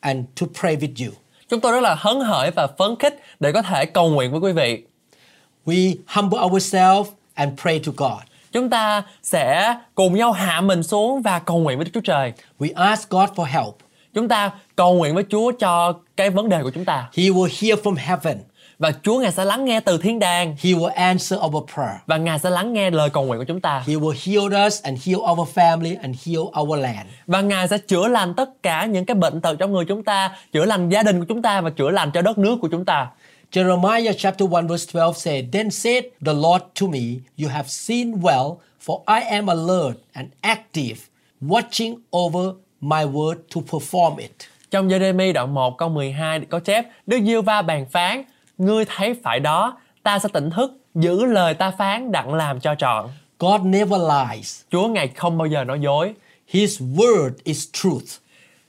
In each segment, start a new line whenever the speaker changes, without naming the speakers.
and to pray with you.
Chúng tôi rất là hấn hởi và phấn khích để có thể cầu nguyện với quý vị.
We humble ourselves and pray to God.
Chúng ta sẽ cùng nhau hạ mình xuống và cầu nguyện với Đức Chúa Trời.
We ask God for help.
Chúng ta cầu nguyện với Chúa cho cái vấn đề của chúng ta
He will hear from heaven.
và Chúa ngài sẽ lắng nghe từ thiên đàng
He will answer our prayer.
và ngài sẽ lắng nghe lời cầu nguyện của chúng ta
He will heal us and heal our family and heal our land.
và ngài sẽ chữa lành tất cả những cái bệnh tật trong người chúng ta, chữa lành gia đình của chúng ta và chữa lành cho đất nước của chúng ta.
Jeremiah chapter 1 verse 12 said, Then said the Lord to me, You have seen well, for I am alert and active, watching over my word to perform it.
Trong Giê-rê-mi đoạn 1 câu 12 có chép Đức Diêu Va bàn phán Ngươi thấy phải đó Ta sẽ tỉnh thức Giữ lời ta phán đặng làm cho trọn
God never lies.
Chúa Ngài không bao giờ nói dối
His word is truth.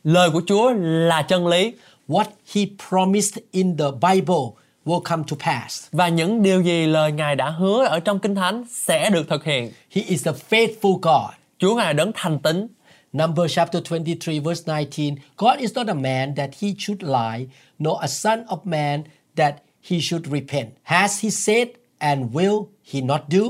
Lời của Chúa là chân lý
What he promised in the Bible will come to pass.
Và những điều gì lời Ngài đã hứa ở trong Kinh Thánh sẽ được thực hiện
He is a faithful God.
Chúa Ngài đấng thành tín
Number chapter 23 verse 19 God is not a man that he should lie, nor a son of man that he should repent. Has he said and will he not do?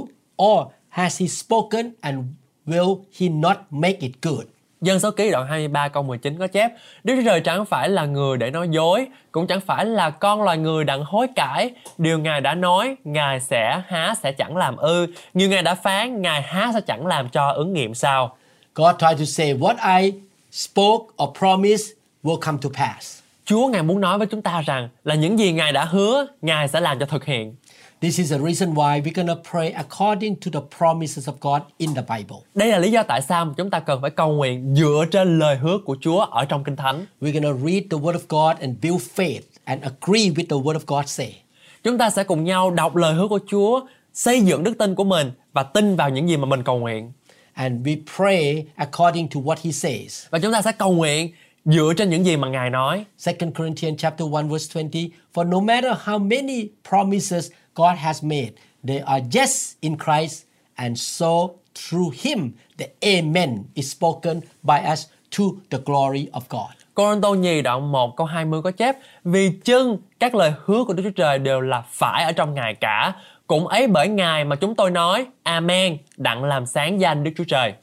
Or has he spoken and will he not make it good?
Dân số ký đoạn 23 câu 19 có chép Đức Chúa Trời chẳng phải là người để nói dối Cũng chẳng phải là con loài người đặng hối cải Điều Ngài đã nói Ngài sẽ há sẽ chẳng làm ư Như Ngài đã phán Ngài há sẽ chẳng làm cho ứng nghiệm sao
God tried to say, What I spoke or promised will come to pass.
Chúa Ngài muốn nói với chúng ta rằng Là những gì Ngài đã hứa Ngài sẽ làm cho thực hiện
This is the reason why we're going to pray according to the promises of God in the Bible.
Đây là lý do tại sao mà chúng ta cần phải cầu nguyện Dựa trên lời hứa của Chúa ở trong Kinh Thánh
We're going to read the Word of God and build faith and agree with the Word of God say.
Chúng ta sẽ cùng nhau đọc lời hứa của Chúa Xây dựng đức tin của mình Và tin vào những gì mà mình cầu nguyện
And we pray according to what He says.
và chúng ta sẽ cầu nguyện dựa trên những gì mà ngài nói
2 Corinthians chapter 1 verse 20, For no matter how many promises God has made, they are yes in Christ, and so through Him the Amen is spoken by us to the glory of God.
Cô Tô nhì đoạn 1 câu 20 có chép Vì chưng các lời hứa của Đức Chúa Trời đều là phải ở trong Ngài cả Cũng ấy bởi Ngài mà chúng tôi nói Amen Đặng làm sáng danh Đức Chúa Trời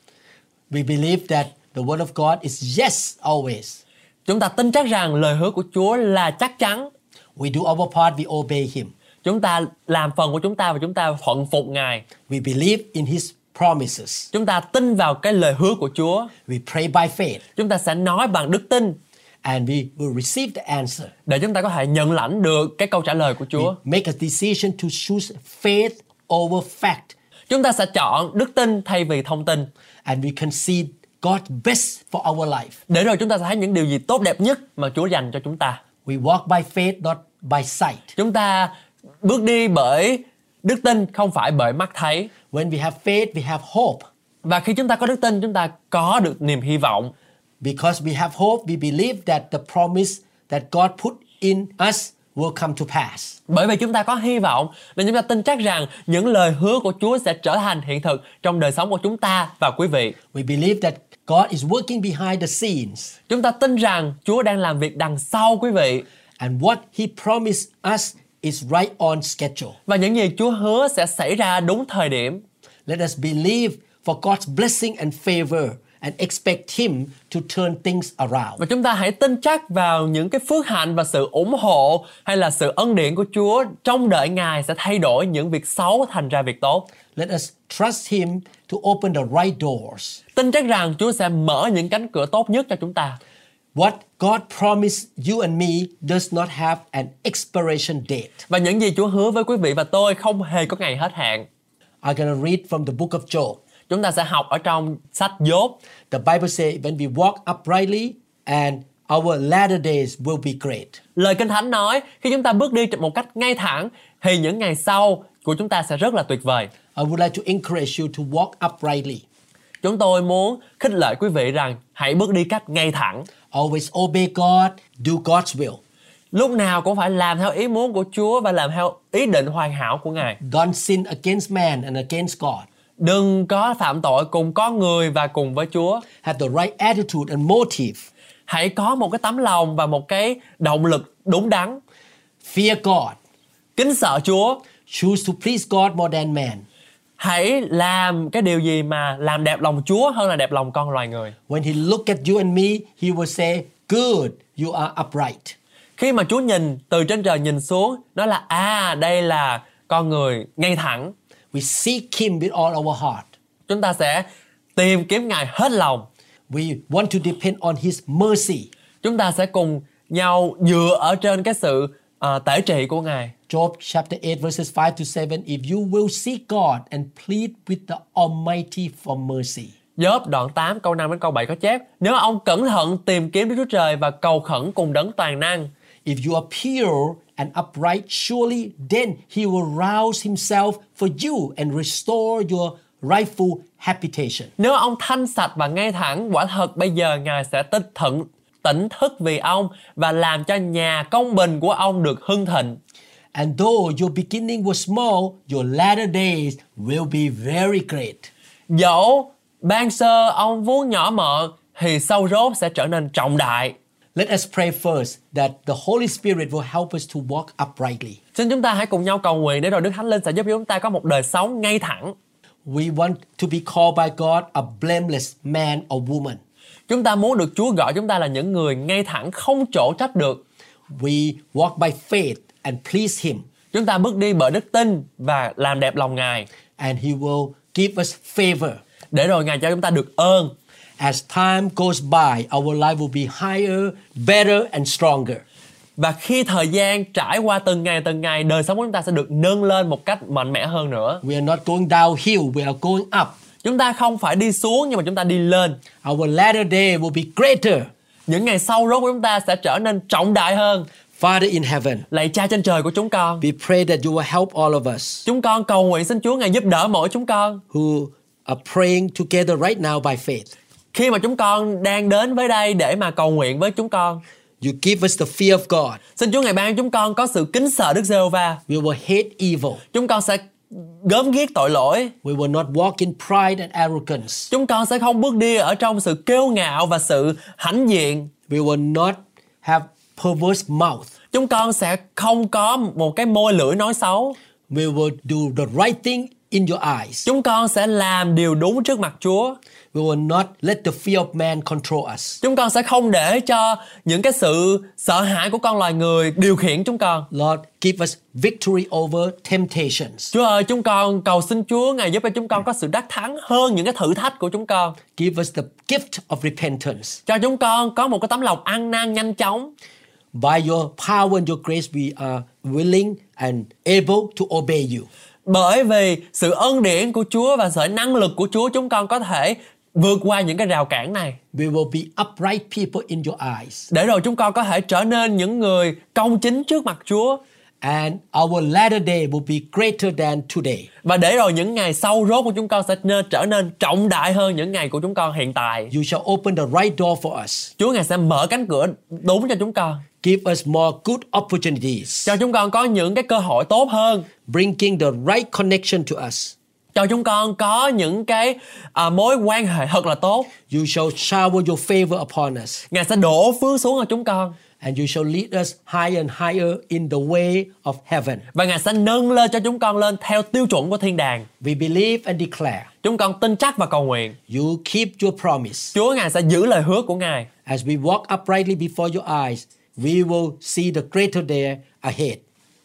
We believe that the Word of God is yes always.
Chúng ta tin chắc rằng lời hứa của Chúa là chắc chắn
We do our part, we obey Him.
Chúng ta làm phần của chúng ta và chúng ta thuận phục Ngài
We believe in His promises.
Chúng ta tin vào cái lời hứa của Chúa
We pray by faith
Chúng ta sẽ nói bằng đức tin
and we will receive the answer.
để chúng ta có thể nhận lãnh được cái câu trả lời của Chúa.
We make a decision to choose faith over fact
Chúng ta sẽ chọn đức tin thay vì thông tin
and we concede God's best for our life.
để rồi chúng ta sẽ thấy những điều gì tốt đẹp nhất mà Chúa dành cho chúng ta.
We walk by faith, not by sight.
Chúng ta bước đi bởi đức tin không phải bởi mắt thấy.
When we have faith, we have hope.
Và khi chúng ta có đức tin chúng ta có được niềm hy vọng.
Because we have hope, we believe that the promise that God put in us will come to pass.
Bởi vì chúng ta có hy vọng nên chúng ta tin chắc rằng những lời hứa của Chúa sẽ trở thành hiện thực trong đời sống của chúng ta và quý vị.
We believe that God is working behind the scenes
Chúng ta tin rằng Chúa đang làm việc đằng sau quý vị
and what He promised us is right on schedule.
và những gì Chúa hứa sẽ xảy ra đúng thời điểm.
Let us believe for God's blessing and favor and expect Him to turn things around.
Và chúng ta hãy tin chắc vào những cái phước hạnh và sự ủng hộ hay là sự ân điển của Chúa trong đợi Ngài sẽ thay đổi những việc xấu thành ra việc tốt.
Let us trust Him to open the right doors.
Tin chắc rằng Chúa sẽ mở những cánh cửa tốt nhất cho chúng ta.
What God promised you and me does not have an expiration date.
Và những gì Chúa hứa với quý vị và tôi không hề có ngày hết hạn.
I'm going to read from the book of Job.
Chúng ta sẽ học ở trong sách Dốt.
The Bible says, when we walk uprightly and our latter days will be great.
Lời Kinh Thánh nói khi chúng ta bước đi một cách ngay thẳng thì những ngày sau của chúng ta sẽ rất là tuyệt vời.
I would like to encourage you to walk uprightly,
Chúng tôi muốn khích lệ quý vị rằng hãy bước đi cách ngay thẳng.
always obey God, do God's will.
Lúc nào cũng phải làm theo ý muốn của Chúa và làm theo ý định hoàn hảo của Ngài.
Don't sin against man and against God.
Đừng có phạm tội cùng con người và cùng với Chúa.
Have the right attitude and motive.
Hãy có một cái tấm lòng và một cái động lực đúng đắn.
Fear God.
Kính sợ Chúa.
Choose to please God more than man.
Hãy làm cái điều gì mà làm đẹp lòng Chúa hơn là đẹp lòng con loài người.
When he look at you and me, he will say, "Good, you are upright."
Khi mà Chúa nhìn từ trên trời nhìn xuống, nói là à đây là con người ngay thẳng.
We seek him with all our heart.
Chúng ta sẽ tìm kiếm Ngài hết lòng.
We want to depend on his mercy.
Chúng ta sẽ cùng nhau dựa ở trên cái sự à, tể trị của Ngài.
Job chapter 8 verses 5 to 7 If you will seek God and plead with the Almighty for mercy.
Gióp đoạn 8 câu 5 đến câu 7 có chép Nếu ông cẩn thận tìm kiếm Đức Chúa Trời và cầu khẩn cùng đấng toàn năng
If you are pure and upright, surely then he will rouse himself for you and restore your rightful habitation.
Nếu ông thanh sạch và ngay thẳng quả thật bây giờ Ngài sẽ tích thận tỉnh thức vì ông và làm cho nhà công bình của ông được hưng thịnh
And though your beginning was small, your latter days will be very great.
Dẫu ban sơ ông vốn nhỏ mọn thì sâu rốt sẽ trở nên trọng đại
Let us pray first that the Holy Spirit will help us to walk uprightly.
Xin chúng ta hãy cùng nhau cầu nguyện để rồi Đức Thánh Linh sẽ giúp chúng ta có một đời sống ngay thẳng
We want to be called by God a blameless man or woman.
Chúng ta muốn được Chúa gọi chúng ta là những người ngay thẳng không chỗ trách được
We walk by faith and please Him,
Chúng ta bước đi bởi đức tin và làm đẹp lòng Ngài
and He will give us favor.
để rồi Ngài cho chúng ta được ơn.
As time goes by, our life will be higher, better, and stronger.
Và khi thời gian trải qua từng ngày từng ngày, đời sống của chúng ta sẽ được nâng lên một cách mạnh mẽ hơn nữa.
We are not going downhill, we are going up.
Chúng ta không phải đi xuống nhưng mà chúng ta đi lên.
Our latter day will be greater.
Những ngày sau rốt của chúng ta sẽ trở nên trọng đại hơn.
Father in heaven,
Lạy cha trên trời của chúng con.
we pray that you will help all of us
Chúng con cầu nguyện xin Chúa Ngài giúp đỡ mỗi chúng con.
who are praying together right now by faith.
Khi mà chúng con đang đến với đây để mà cầu nguyện với chúng con,
You give us the fear of God.
xin Chúa Ngài ban chúng con có sự kính sợ Đức Giê-hô-va.
We will hate evil.
Chúng con sẽ gớm ghiếc tội lỗi,
We will not walk in pride and arrogance.
chúng con sẽ không bước đi ở trong sự kiêu ngạo và sự hãnh diện
We will not have perverse mouth.
chúng con sẽ không có một cái môi lưỡi nói xấu
We will do the right thing in your eyes.
chúng con sẽ làm điều đúng trước mặt chúa
We will not let the fear of man control us.
chúng con sẽ không để cho những cái sự sợ hãi của con loài người điều khiển chúng con
Lord, give us victory over temptations.
chúa ơi chúng con cầu xin chúa ngài giúp cho chúng con có sự đắc thắng hơn những cái thử thách của chúng con
Give us the gift of repentance.
cho chúng con có một cái tấm lòng ăn năn nhanh chóng
By your power and your grace, we are willing and able to obey you.
bởi vì sự ân điển của chúa và sự năng lực của chúa chúng con có thể vượt qua những cái rào cản này
We will be upright people in your eyes.
để rồi chúng con có thể trở nên những người công chính trước mặt Chúa
And our latter day will be greater than today.
và để rồi những ngày sau rốt của chúng con sẽ nên trở nên trọng đại hơn những ngày của chúng con hiện tại.
You shall open the right door for us.
Chúa ngài sẽ mở cánh cửa đúng cho chúng con,
Give us more good opportunities.
cho chúng con có những cái cơ hội tốt hơn,
Bringing the right connection to us.
cho chúng con có những cái à, mối quan hệ thật là tốt.
You shall shower your favor upon us.
Ngài sẽ đổ phước xuống cho chúng con
And you shall lead us higher and higher in the way of heaven.
và ngài sẽ nâng lên cho chúng con lên theo tiêu chuẩn của thiên đàng.
We believe and declare
Chúng con tin chắc và cầu nguyện.
you keep your promise.
Chúa ngài sẽ giữ lời hứa của ngài.
As we walk uprightly before your eyes, we will see the greater day ahead.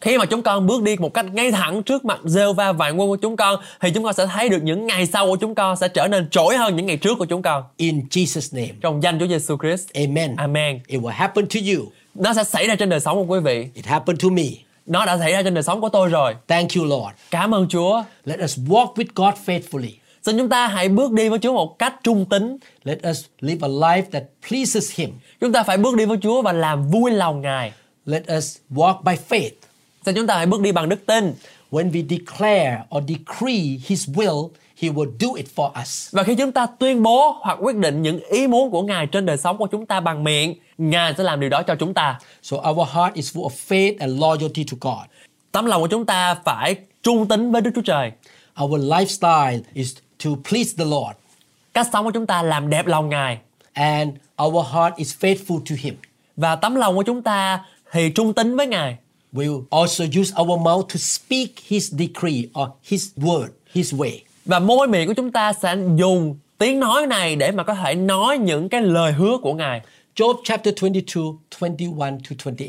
khi mà chúng con bước đi một cách ngay thẳng trước mặt Jehovah vạn quân của chúng con thì chúng con sẽ thấy được những ngày sau của chúng con sẽ trở nên trỗi hơn những ngày trước của chúng con
In Jesus' name.
trong danh Chúa Giêsu Christ.
Amen.
Amen.
It will happen to you.
Nó sẽ xảy ra trên đời sống của quý vị.
It happened to me.
Nó đã xảy ra trên đời sống của tôi rồi.
Thank you, Lord.
Cảm ơn Chúa.
Let us walk with God faithfully.
Xin chúng ta hãy bước đi với Chúa một cách trung tính.
Let us live a life that pleases Him.
Chúng ta phải bước đi với Chúa và làm vui lòng Ngài.
Let us walk by faith.
Xin chúng ta hãy bước đi bằng đức tin.
When we declare or decree His will, He will do it for us.
Và khi chúng ta tuyên bố hoặc quyết định những ý muốn của Ngài trên đời sống của chúng ta bằng miệng, Ngài sẽ làm điều đó cho chúng ta.
So our heart is full of faith and loyalty to God.
Tấm lòng của chúng ta phải trung tín với Đức Chúa Trời.
Our lifestyle is to please the Lord,
Cách sống của chúng ta làm đẹp lòng Ngài
and our heart is faithful to Him.
và tấm lòng của chúng ta thì trung tín với Ngài.
We will also use our mouth to speak His decree or His word, His way.
Và môi miệng của chúng ta sẽ dùng tiếng nói này để mà có thể nói những cái lời hứa của Ngài.
Job chapter 22, 21 to 28.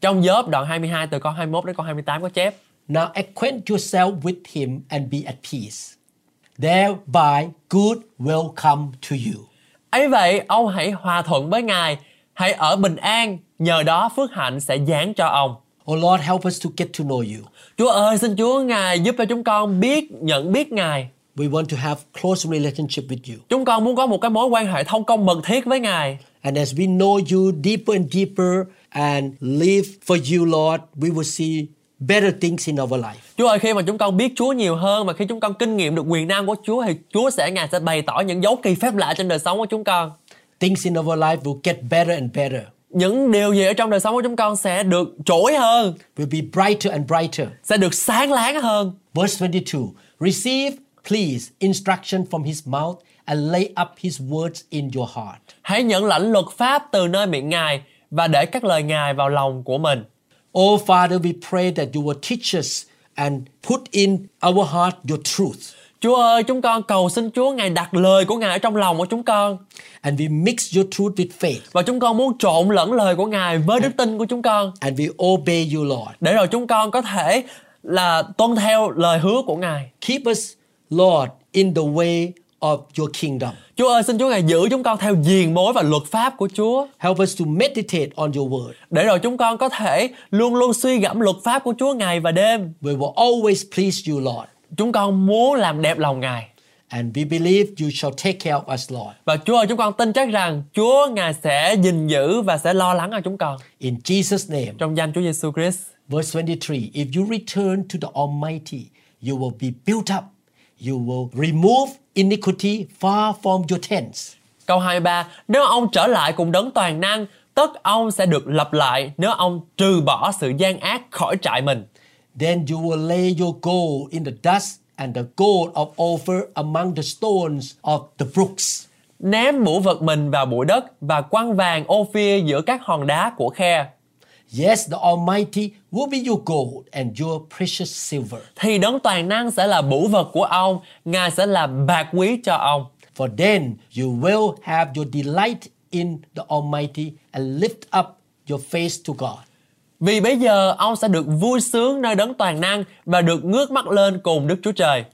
Trong Gióp đoạn 22 từ câu 21 đến câu 28 có chép
Now acquaint yourself with Him and be at peace. Thereby good will come to you.
ấy vậy ông hãy hòa thuận với Ngài, hãy ở bình an, nhờ đó phước hạnh sẽ giáng cho ông.
Oh Lord, help us to get to know you.
Chúa ơi, xin Chúa Ngài giúp cho chúng con biết, nhận biết Ngài.
We want to have close relationship with you.
Chúng con muốn có một cái mối quan hệ thông công mật thiết với Ngài.
And as we know you deeper and deeper and live for you, Lord, we will see better things in our life.
Chúa ơi, khi mà chúng con biết Chúa nhiều hơn và khi chúng con kinh nghiệm được quyền năng của Chúa thì Chúa sẽ Ngài sẽ bày tỏ những dấu kỳ phép lạ trên đời sống của chúng con.
Things in our life will get better and better.
Những điều gì ở trong đời sống của chúng con sẽ được trỗi hơn,
Will be brighter and brighter.
sẽ được sáng láng hơn.
Verse 22 Receive, please, instruction from his mouth and lay up his words in your heart.
Hãy nhận lãnh luật pháp từ nơi miệng Ngài và để các lời Ngài vào lòng của mình.
Oh Father, we pray that you will teach us and put in our heart your truth.
Chúa ơi, chúng con cầu xin Chúa Ngài đặt lời của Ngài ở trong lòng của chúng con
And we mix your truth with faith.
và chúng con muốn trộn lẫn lời của Ngài với đức tin của chúng con
And we obey you, Lord.
để rồi chúng con có thể là tuân theo lời hứa của Ngài.
Keep us, Lord, in the way of your kingdom.
Chúa ơi, xin Chúa Ngài giữ chúng con theo diền mối và luật pháp của Chúa
Help us to meditate on your word.
để rồi chúng con có thể luôn luôn suy gẫm luật pháp của Chúa ngày và đêm.
We will always please you, Lord.
Chúng con muốn làm đẹp lòng Ngài.
And we believe you shall take care of us, Lord.
Và Chúa ơi, chúng con tin chắc rằng Chúa Ngài sẽ gìn giữ và sẽ lo lắng cho chúng con.
In Jesus' name.
Trong danh Chúa Giêsu Christ.
Verse 23 If you return to the Almighty, you will be built up. You will remove iniquity far from your tents.
Câu 23, nếu ông trở lại cùng đấng toàn năng, tất ông sẽ được lập lại nếu ông trừ bỏ sự gian ác khỏi trại mình.
Then you will lay your gold in the dust and the gold of Ophir among the stones of the brooks.
Ném mũ vật mình vào bụi đất và quăng vàng ô phia giữa các hòn đá của khe.
Yes, the Almighty will be your gold and your precious silver.
Thì đấng toàn năng sẽ là bủ vật của ông, Ngài sẽ là bạc quý cho ông.
For then you will have your delight in the Almighty and lift up your face to God.
Vì bây giờ ông sẽ được vui sướng nơi đấng toàn năng và được ngước mắt lên cùng Đức Chúa Trời.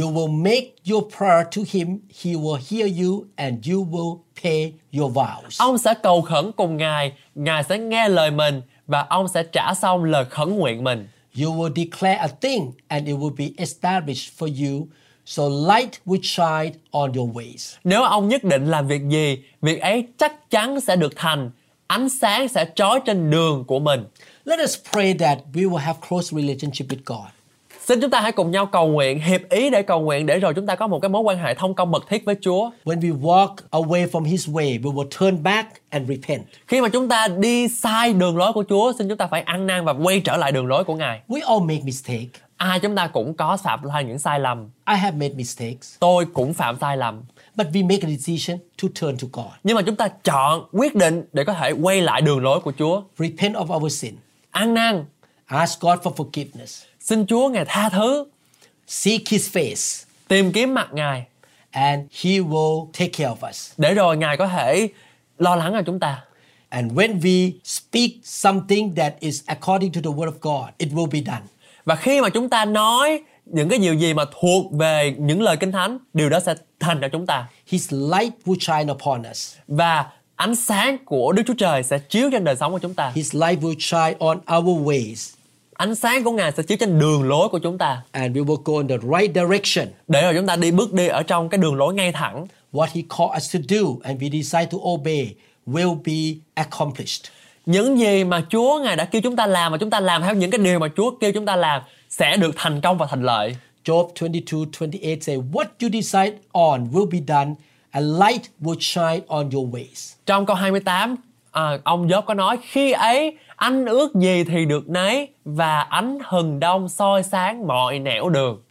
You will make your prayer to him, he will hear you, and you will pay your vows.
Ông sẽ cầu khẩn cùng Ngài, Ngài sẽ nghe lời mình và ông sẽ trả xong lời khẩn nguyện mình.
You will declare a thing, and it will be established for you, so light will shine on your ways.
Nếu ông nhất định làm việc gì, việc ấy chắc chắn sẽ được thành. Ánh sáng sẽ trói trên đường của mình.
Let us pray that we will have close relationship with God.
Xin chúng ta hãy cùng nhau cầu nguyện, hiệp ý để cầu nguyện để rồi chúng ta có một cái mối quan hệ thông công mật thiết với Chúa.
When we walk away from his way, we will turn back and repent.
Khi mà chúng ta đi sai đường lối của Chúa, xin chúng ta phải ăn năn và quay trở lại đường lối của Ngài.
We all make mistake.
Ai chúng ta cũng có phạm ra những sai lầm.
I have made mistakes,
Tôi cũng phạm sai lầm.
but we make a decision to turn to God.
Nhưng mà chúng ta chọn quyết định để có thể quay lại đường lối của Chúa.
Repent of our sin.
Ăn năn,
Ask God for forgiveness.
xin Chúa Ngài tha thứ,
Seek his face.
tìm kiếm mặt Ngài
and he will take care of us.
để rồi Ngài có thể lo lắng cho chúng ta.
And when we speak something that is according to the word of God, it will be done.
Và khi mà chúng ta nói những cái điều gì mà thuộc về những lời kinh thánh, điều đó sẽ thành cho chúng ta.
His light will shine upon us.
Và ánh sáng của Đức Chúa Trời sẽ chiếu trên đời sống của chúng ta.
His light will shine on our ways.
ánh sáng của Ngài sẽ chiếu trên đường lối của chúng ta
and we will go in the right direction.
để rồi chúng ta đi bước đi ở trong cái đường lối ngay thẳng
What He called us to do and we decide to obey will be accomplished.
những gì mà Chúa ngài đã kêu chúng ta làm và chúng ta làm theo những cái điều mà Chúa kêu chúng ta làm sẽ được thành công và thành lợi
Job 22 28 say, What you decide on will be done, and light will shine on your ways.
trong câu 28 à, ông Job có nói khi ấy anh ước gì thì được nấy và ánh hừng đông soi sáng mọi nẻo đường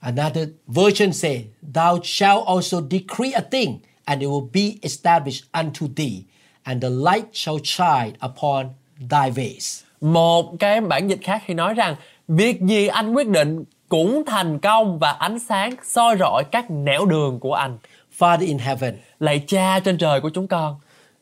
Another version say, Thou shalt also decree a thing, and it will be established unto thee, and the light shall shine upon thy ways.
một cái bản dịch khác thì nói rằng việc gì anh quyết định cũng thành công và ánh sáng soi rọi các nẻo đường của anh
Father in heaven,
lạy cha trên trời của chúng con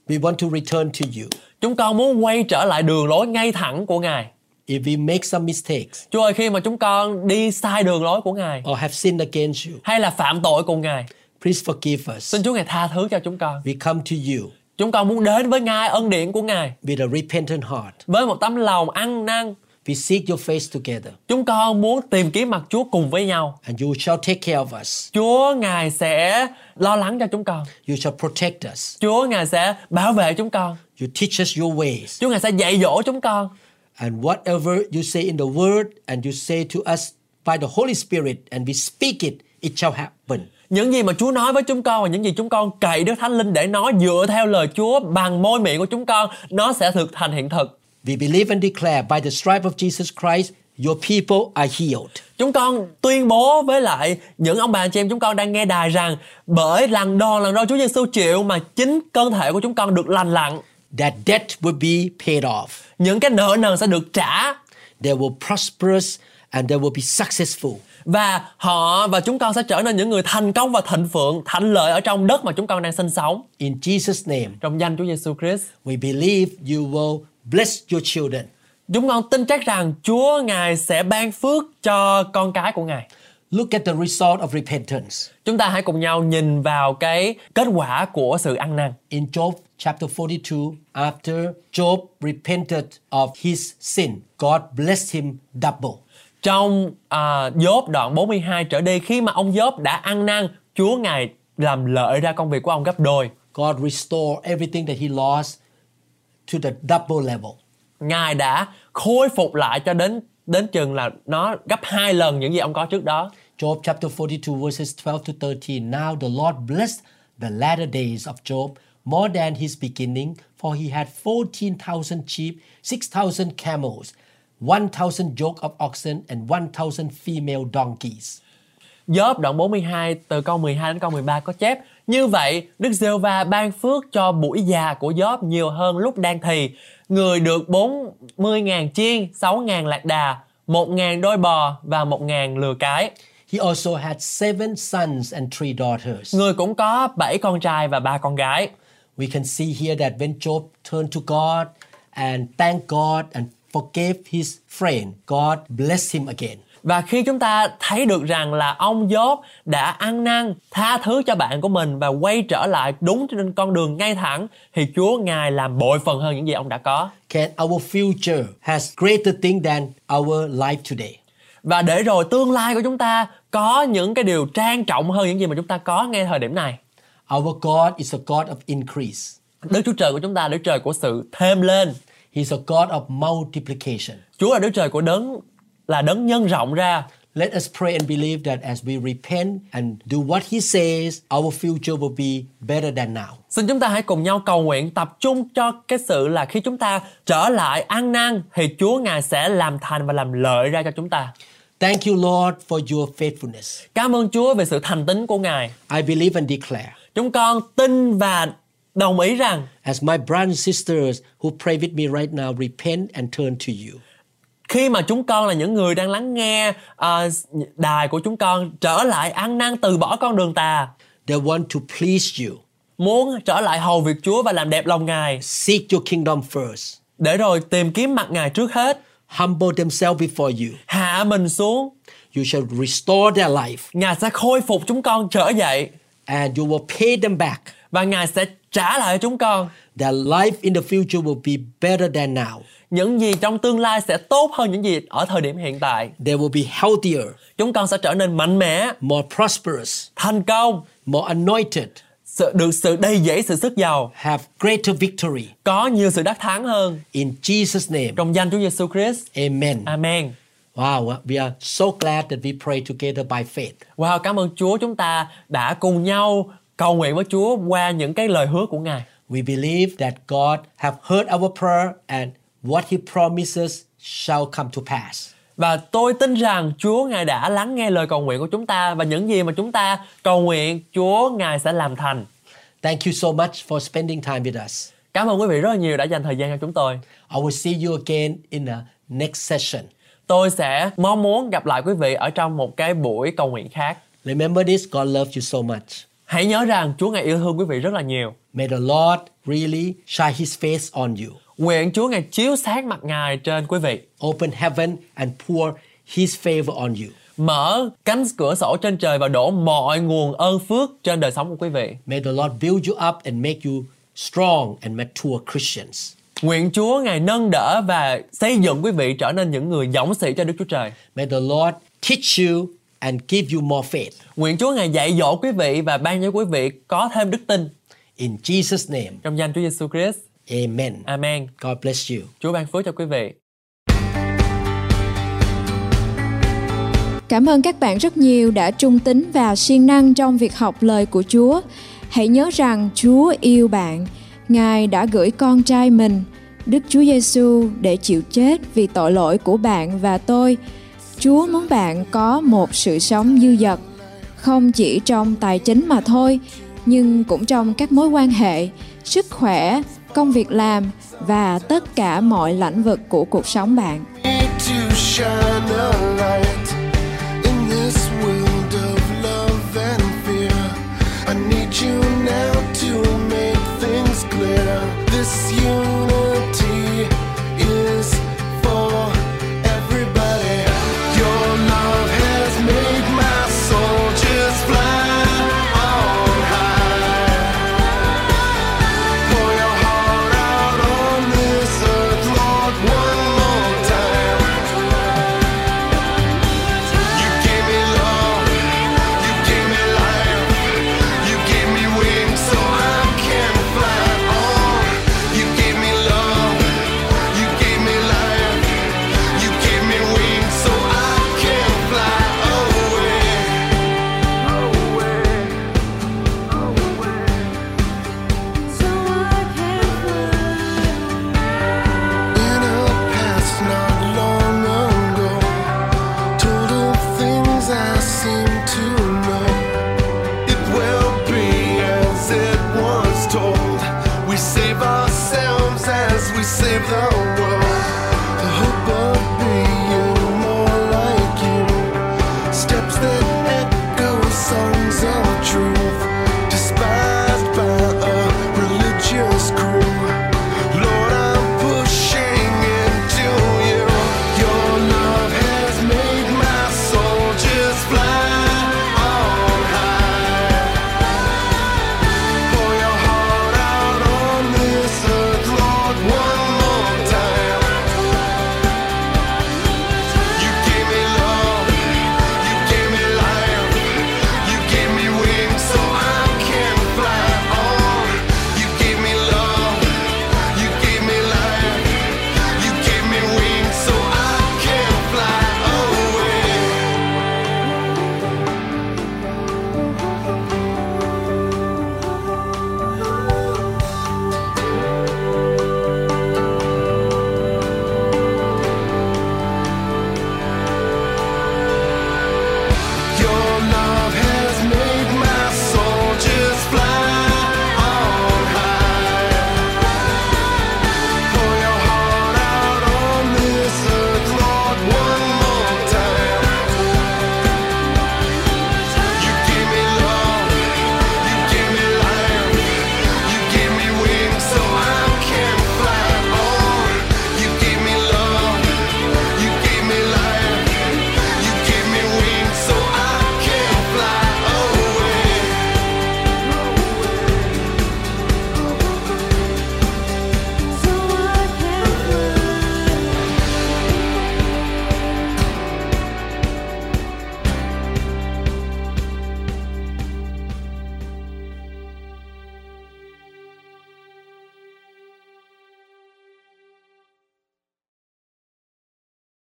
we want to return to you.
chúng con muốn quay trở lại đường lối ngay thẳng của ngài
If we make some mistakes
Chúa ơi khi mà chúng con đi sai đường lối của Ngài
or have sinned against you,
hay là phạm tội cùng Ngài,
please forgive us.
xin Chúa Ngài tha thứ cho chúng con.
We come to you
Chúng con muốn đến với Ngài ân điển của Ngài
with a repentant heart.
với một tấm lòng ăn năn.
We seek your face together,
Chúng con muốn tìm kiếm mặt Chúa cùng với nhau.
and you shall take care of us.
Chúa Ngài sẽ lo lắng cho chúng con.
You shall protect us.
Chúa Ngài sẽ bảo vệ chúng con.
You teach us your ways.
Chúa Ngài sẽ dạy dỗ chúng con.
And whatever you say in the word and you say to us by the Holy Spirit and we speak it, it shall happen.
Những gì mà Chúa nói với chúng con và những gì chúng con cậy Đức Thánh Linh để nói dựa theo lời Chúa bằng môi miệng của chúng con, nó sẽ thực thành hiện thực.
We believe and declare by the stripe of Jesus Christ, your people are healed.
Chúng con tuyên bố với lại những ông bà chị em chúng con đang nghe đài rằng bởi lần đòn lần roi Chúa Giêsu chịu mà chính cơ thể của chúng con được lành lặn,
That debt will be paid off.
những cái nợ nần sẽ được trả
They will prosperous and they will be successful.
và họ và chúng con sẽ trở nên những người thành công và thịnh vượng, thạnh lợi ở trong đất mà chúng con đang sinh sống
In Jesus' name,
trong danh Chúa Giêsu Christ.
we believe you will bless your children.
Chúng con tin chắc rằng Chúa Ngài sẽ ban phước cho con cái của Ngài.
Look at the result of repentance.
Chúng ta hãy cùng nhau nhìn vào cái kết quả của sự ăn năn.
in Job chapter 42, after Job repented of his sin, God blessed him double.
Trong à, Dốt đoạn 42 trở đi khi mà ông Dốt đã ăn năn, Chúa Ngài làm lợi ra công việc của ông gấp đôi.
God restored everything that he lost to the double level.
Ngài đã khôi phục lại cho đến đến chừng là nó gấp hai lần những gì ông có trước đó.
Job chapter 42, verses 12 to 13. Now the Lord blessed the latter days of Job more than his beginning, for he had 14,000 sheep, 6,000 camels, 1,000 yoke of oxen, and 1,000 female donkeys.
Dốt đoạn 42 từ câu 12 đến câu 13 có chép Như vậy, Đức giê va ban phước cho buổi già của Dốt nhiều hơn lúc đang thì. Người được 40.000 chiên, 6.000 lạc đà, 1.000 đôi bò và 1.000 lừa cái.
He also had seven sons and three daughters.
Người cũng có 7 con trai và ba con gái.
We can see here that when Job turned to God and thanked God and forgave his friend, God blessed him again.
Và khi chúng ta thấy được rằng là ông Dốt đã ăn năn, tha thứ cho bạn của mình và quay trở lại đúng trên con đường ngay thẳng thì Chúa Ngài làm bội phần hơn những gì ông đã có.
Can our future has greater thing than our life today?
Và để rồi tương lai của chúng ta có những cái điều trang trọng hơn những gì mà chúng ta có ngay thời điểm này.
Our God is a God of increase.
Đức Chúa Trời của chúng ta, Đức Trời của sự thêm lên.
He's a God of multiplication.
Chúa là Đức Trời của đấng là đấng nhân rộng ra.
Let us pray and believe that as we repent and do what He says, our future will be better than now.
Xin chúng ta hãy cùng nhau cầu nguyện tập trung cho cái sự là khi chúng ta trở lại ăn năn thì Chúa Ngài sẽ làm thành và làm lợi ra cho chúng ta.
Thank you, Lord, for your faithfulness.
Cảm ơn Chúa về sự thành tín của Ngài.
I believe and declare.
Chúng con tin và đồng ý rằng
As my brothers and sisters who pray with me right now repent and turn to you,
khi mà chúng con là những người đang lắng nghe ờ, đài của chúng con trở lại ăn năn từ bỏ con đường tà,
they want to please you.
muốn trở lại hầu việc Chúa và làm đẹp lòng Ngài
Seek your kingdom first.
để rồi tìm kiếm mặt Ngài trước hết,
Humble themselves before you.
hạ mình xuống,
You shall restore their life
Ngài sẽ khôi phục chúng con trở dậy
and you will pay them back
và Ngài sẽ trả lại cho chúng con.
that life in the future will be better than now.
Những gì trong tương lai sẽ tốt hơn những gì ở thời điểm hiện tại.
They will be healthier,
Chúng con sẽ trở nên mạnh mẽ,
more prosperous,
thành công,
more anointed,
sự, được sự đầy dẫy sự sức giàu,
have greater victory.
có nhiều sự đắc thắng hơn.
In Jesus' name,
Trong danh Chúa Giêsu Christ.
amen.
Amen.
Wow, we are so glad that we pray together by faith.
Wow, cảm ơn Chúa chúng ta đã cùng nhau cầu nguyện với Chúa qua những cái lời hứa của Ngài.
We believe that God have heard our prayer and what he promises shall come to pass.
Và tôi tin rằng Chúa Ngài đã lắng nghe lời cầu nguyện của chúng ta và những gì mà chúng ta cầu nguyện Chúa Ngài sẽ làm thành.
Thank you so much for spending time with us.
Cảm ơn quý vị rất là nhiều đã dành thời gian cho chúng tôi.
I will see you again in the next session.
Tôi sẽ mong muốn gặp lại quý vị ở trong một cái buổi cầu nguyện khác.
Remember this, God loves you so much.
Hãy nhớ rằng Chúa Ngài yêu thương quý vị rất là nhiều.
May the Lord really shine his face on you.
Nguyện Chúa Ngài chiếu sáng mặt Ngài trên quý vị,
Open heaven and pour his favor on you.
mở cánh cửa sổ trên trời và đổ mọi nguồn ơn phước trên đời sống của quý vị.
May the Lord build you up and make you strong and mature Christians.
Nguyện Chúa Ngài nâng đỡ và xây dựng quý vị trở nên những người dũng sĩ cho Đức Chúa Trời.
May the Lord teach you and give you more faith.
Nguyện Chúa Ngài dạy dỗ quý vị và ban cho quý vị có thêm đức tin
In Jesus' name,
trong danh Chúa Giêsu Christ.
amen.
Amen.
God bless you.
Chúa ban phước cho quý vị.
Cảm ơn các bạn rất nhiều đã trung tín và siêng năng trong việc học lời của Chúa. Hãy nhớ rằng Chúa yêu bạn. Ngài đã gửi con trai mình, Đức Chúa Giêsu để chịu chết vì tội lỗi của bạn và tôi. Chúa muốn bạn có một sự sống dư dật, không chỉ trong tài chính mà thôi, nhưng cũng trong các mối quan hệ, sức khỏe, công việc làm và tất cả mọi lĩnh vực của cuộc sống bạn.
need to shine a light in this world of love and fear. I need you now to make things clear. This unity is for everybody. Your love has made my soul just fly on high. Pour your heart out on this earth, Lord, one more time. You gave me love, you gave me life, you gave me wings so I can fly on. You gave me love, you gave me life, you gave me wings so I can fly away. Away, away. In a past not long ago, told of things I seem to know. It will be as it was told. We save ourselves as we save the world. Oh,